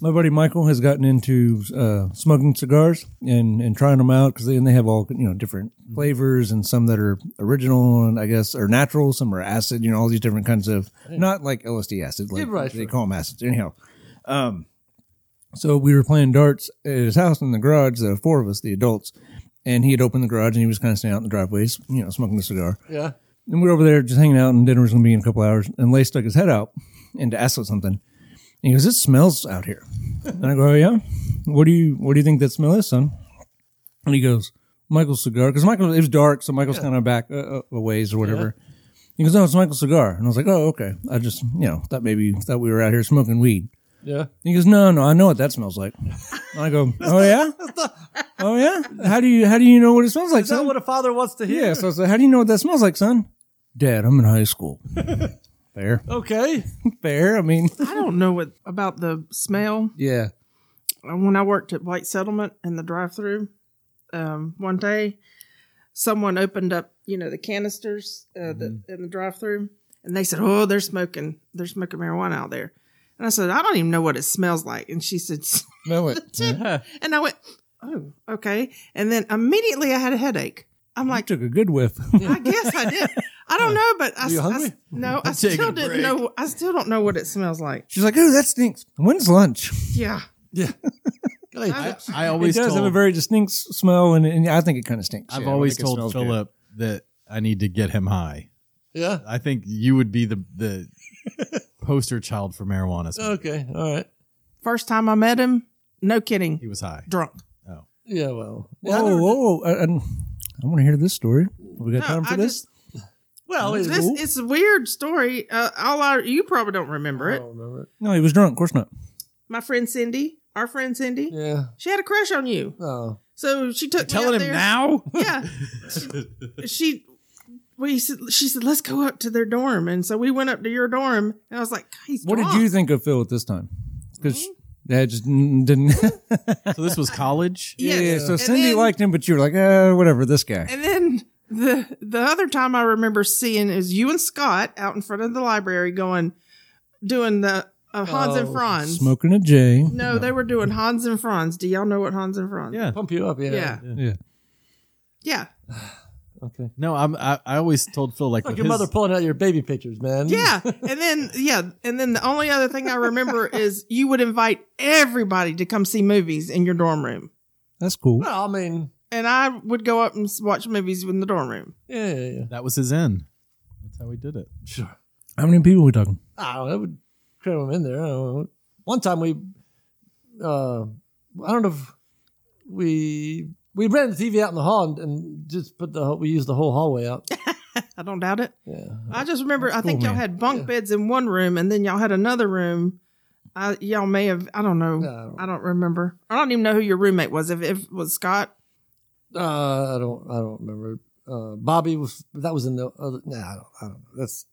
my buddy Michael has gotten into uh, smuggling cigars and, and trying them out because then they have all you know different Mm-hmm. flavors and some that are original and I guess are natural, some are acid. You know all these different kinds of not like LSD acid, like Yeah, right, they sure. call them acids. Anyhow, um, so we were playing darts at his house in the garage. The four of us, the adults, and he had opened the garage and he was kind of standing out in the driveways, you know, smoking a cigar. Yeah. And we were over there just hanging out, and dinner was going to be in a couple hours. And Lay stuck his head out and to ask us something. And he goes, "It smells out here." and I go, "Oh yeah, what do you what do you think that smell is, son?" And he goes, "Michael's cigar." Because Michael, it was dark, so Michael's kind of back uh, uh, a ways or whatever. He goes, "No, it's Michael's cigar." And I was like, "Oh, okay." I just you know thought maybe thought we were out here smoking weed. Yeah. And he goes, "No, no, I know what that smells like." and I go, "Oh yeah, oh yeah. How do you how do you know what it smells like, Is that son?" what a father wants to hear? Yeah, so I said, How do you know what that smells like, son? Dad, I'm in high school. Fair. Okay. Fair. I mean, I don't know what about the smell. Uh, yeah. When I worked at White Settlement in the drive-through, um, one day, someone opened up, you know, the canisters uh, the, Mm-hmm. in the drive-through, and they said, "Oh, they're smoking, they're smoking marijuana out there." And I said, "I don't even know what it smells like." And she said, Smell it. and I went, "Oh, okay." And then immediately I had a headache. I'm like, Took a good whiff. I guess I did. I don't know, but I, Uh, you I- hungry? no, I Taking still a didn't break. know. I still don't know what it smells like. She's like, Oh, that stinks. When's lunch? Yeah. Yeah. I, I It always does told, have a very distinct s- smell, and, and I think it kind of stinks. I've Yeah, I always think it told smells good. Philip that I need to get him high. yeah. I think you would be the the poster child for marijuana. smoke. Okay. All right. First time I met him, no kidding, He was high. drunk. Yeah. Well. Whoa, whoa, whoa. I, I, I want to hear this story. We got No, time for I this? just- Well. It's, This it's a weird story. Uh, all I you probably don't remember I it. don't remember it. No, he was drunk. Of course not. My friend Cindy, our friend Cindy, Yeah. she had a crush on you, Oh. so she took me out Telling him there. now? Yeah. She, she we said she said let's go up to their dorm, and so we went up to your dorm, and I was like, he's What did drunk." you think of Phil at this time? Because that just n- didn't. So this was college. Yes. yeah. So And Cindy then- liked him, but you were like, uh, whatever, this guy. And then the the other time I remember seeing is you and Scott out in front of the library going doing the uh, Hans and Oh, Franz. Smoking a J. No, they were doing Hans and Franz. Do y'all know what Hans and Franz? Yeah. Pump you up. Yeah. Yeah. Yeah. Yeah. Okay. No, I'm. I, I always told Phil like, Like with your his- mother pulling out your baby pictures, man. Yeah. And then yeah, and then the only other thing I remember is you would invite everybody to come see movies in your dorm room. That's cool. Well, I mean, And I would go up and s- watch movies in the dorm room. yeah, yeah, yeah. That was his end. That's how he did it. Sure. How many people are we talking? I don't know. I would cram them in there. I don't know. One time we, uh, I don't know if we we ran the TV out in the hall and, and just put the whole- we used the whole hallway out. I don't doubt it. Yeah. I just remember I think cool, y'all man. had bunk beds in one room and then y'all had another room. I y'all may have I don't know. No, I don't- I don't remember. I don't even know who your roommate was. If, if it was Scott. Uh, I don't I don't remember. Uh, Bobby was that was in the other. Nah, I don't, I don't know. That's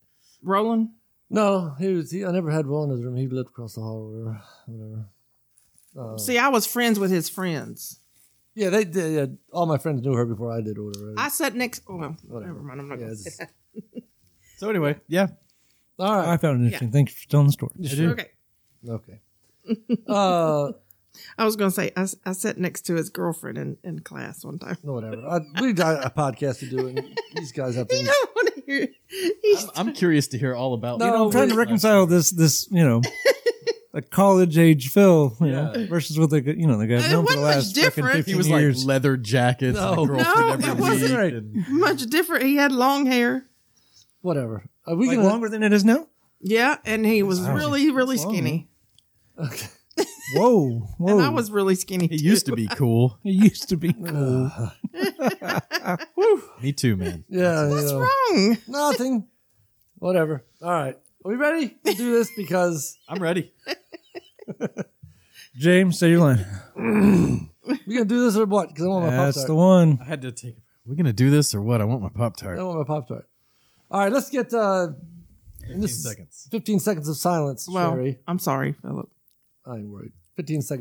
Roland. no. He was. He, I never had Will in his room. He lived across the hall or whatever. whatever. Oh. See, I was friends with his friends. Yeah, they did. Yeah, all my friends knew her before I did or whatever. I sat next oh well, Whatever. never mind, I'm not Yeah, gonna it's- say that. So anyway, yeah. all right. I found it interesting. Thanks for telling the story. Okay. Okay. uh, I was gonna say I, s- I sat next to his girlfriend in, in class one time. no, whatever. I, we got a podcast to do, and these guys have I things. don't want to hear. He's, I'm curious to hear all about. No, You know, I'm trying to reconcile this, this you know, a college age Phil, you know, Yeah. versus what the you know the guy's It known for the wasn't much last different. freaking 15 He he was like years. leather jackets. and No. a girlfriend No, every it wasn't. week Right. and- much different. He had long hair. Whatever. Are we Like gonna? longer than it is now. Yeah, and he was really, really long. skinny. Whoa, whoa! And I was really skinny. He too. used to be cool. it used to be cool. Me too, man. Uh, Yeah. What's you know, wrong? Nothing. Whatever. All right. Are we ready to do this? Because I'm ready. James, say your line. we gonna do this or what? Because I want my pop That's tart. the one. I had to take. We're gonna do this or what? I want my pop tart. I want my pop tart. All right. Let's get uh, Fifteen seconds. fifteen seconds of silence, Well, Sherry. I'm sorry, Philip. I ain't worried. Fifteen seconds.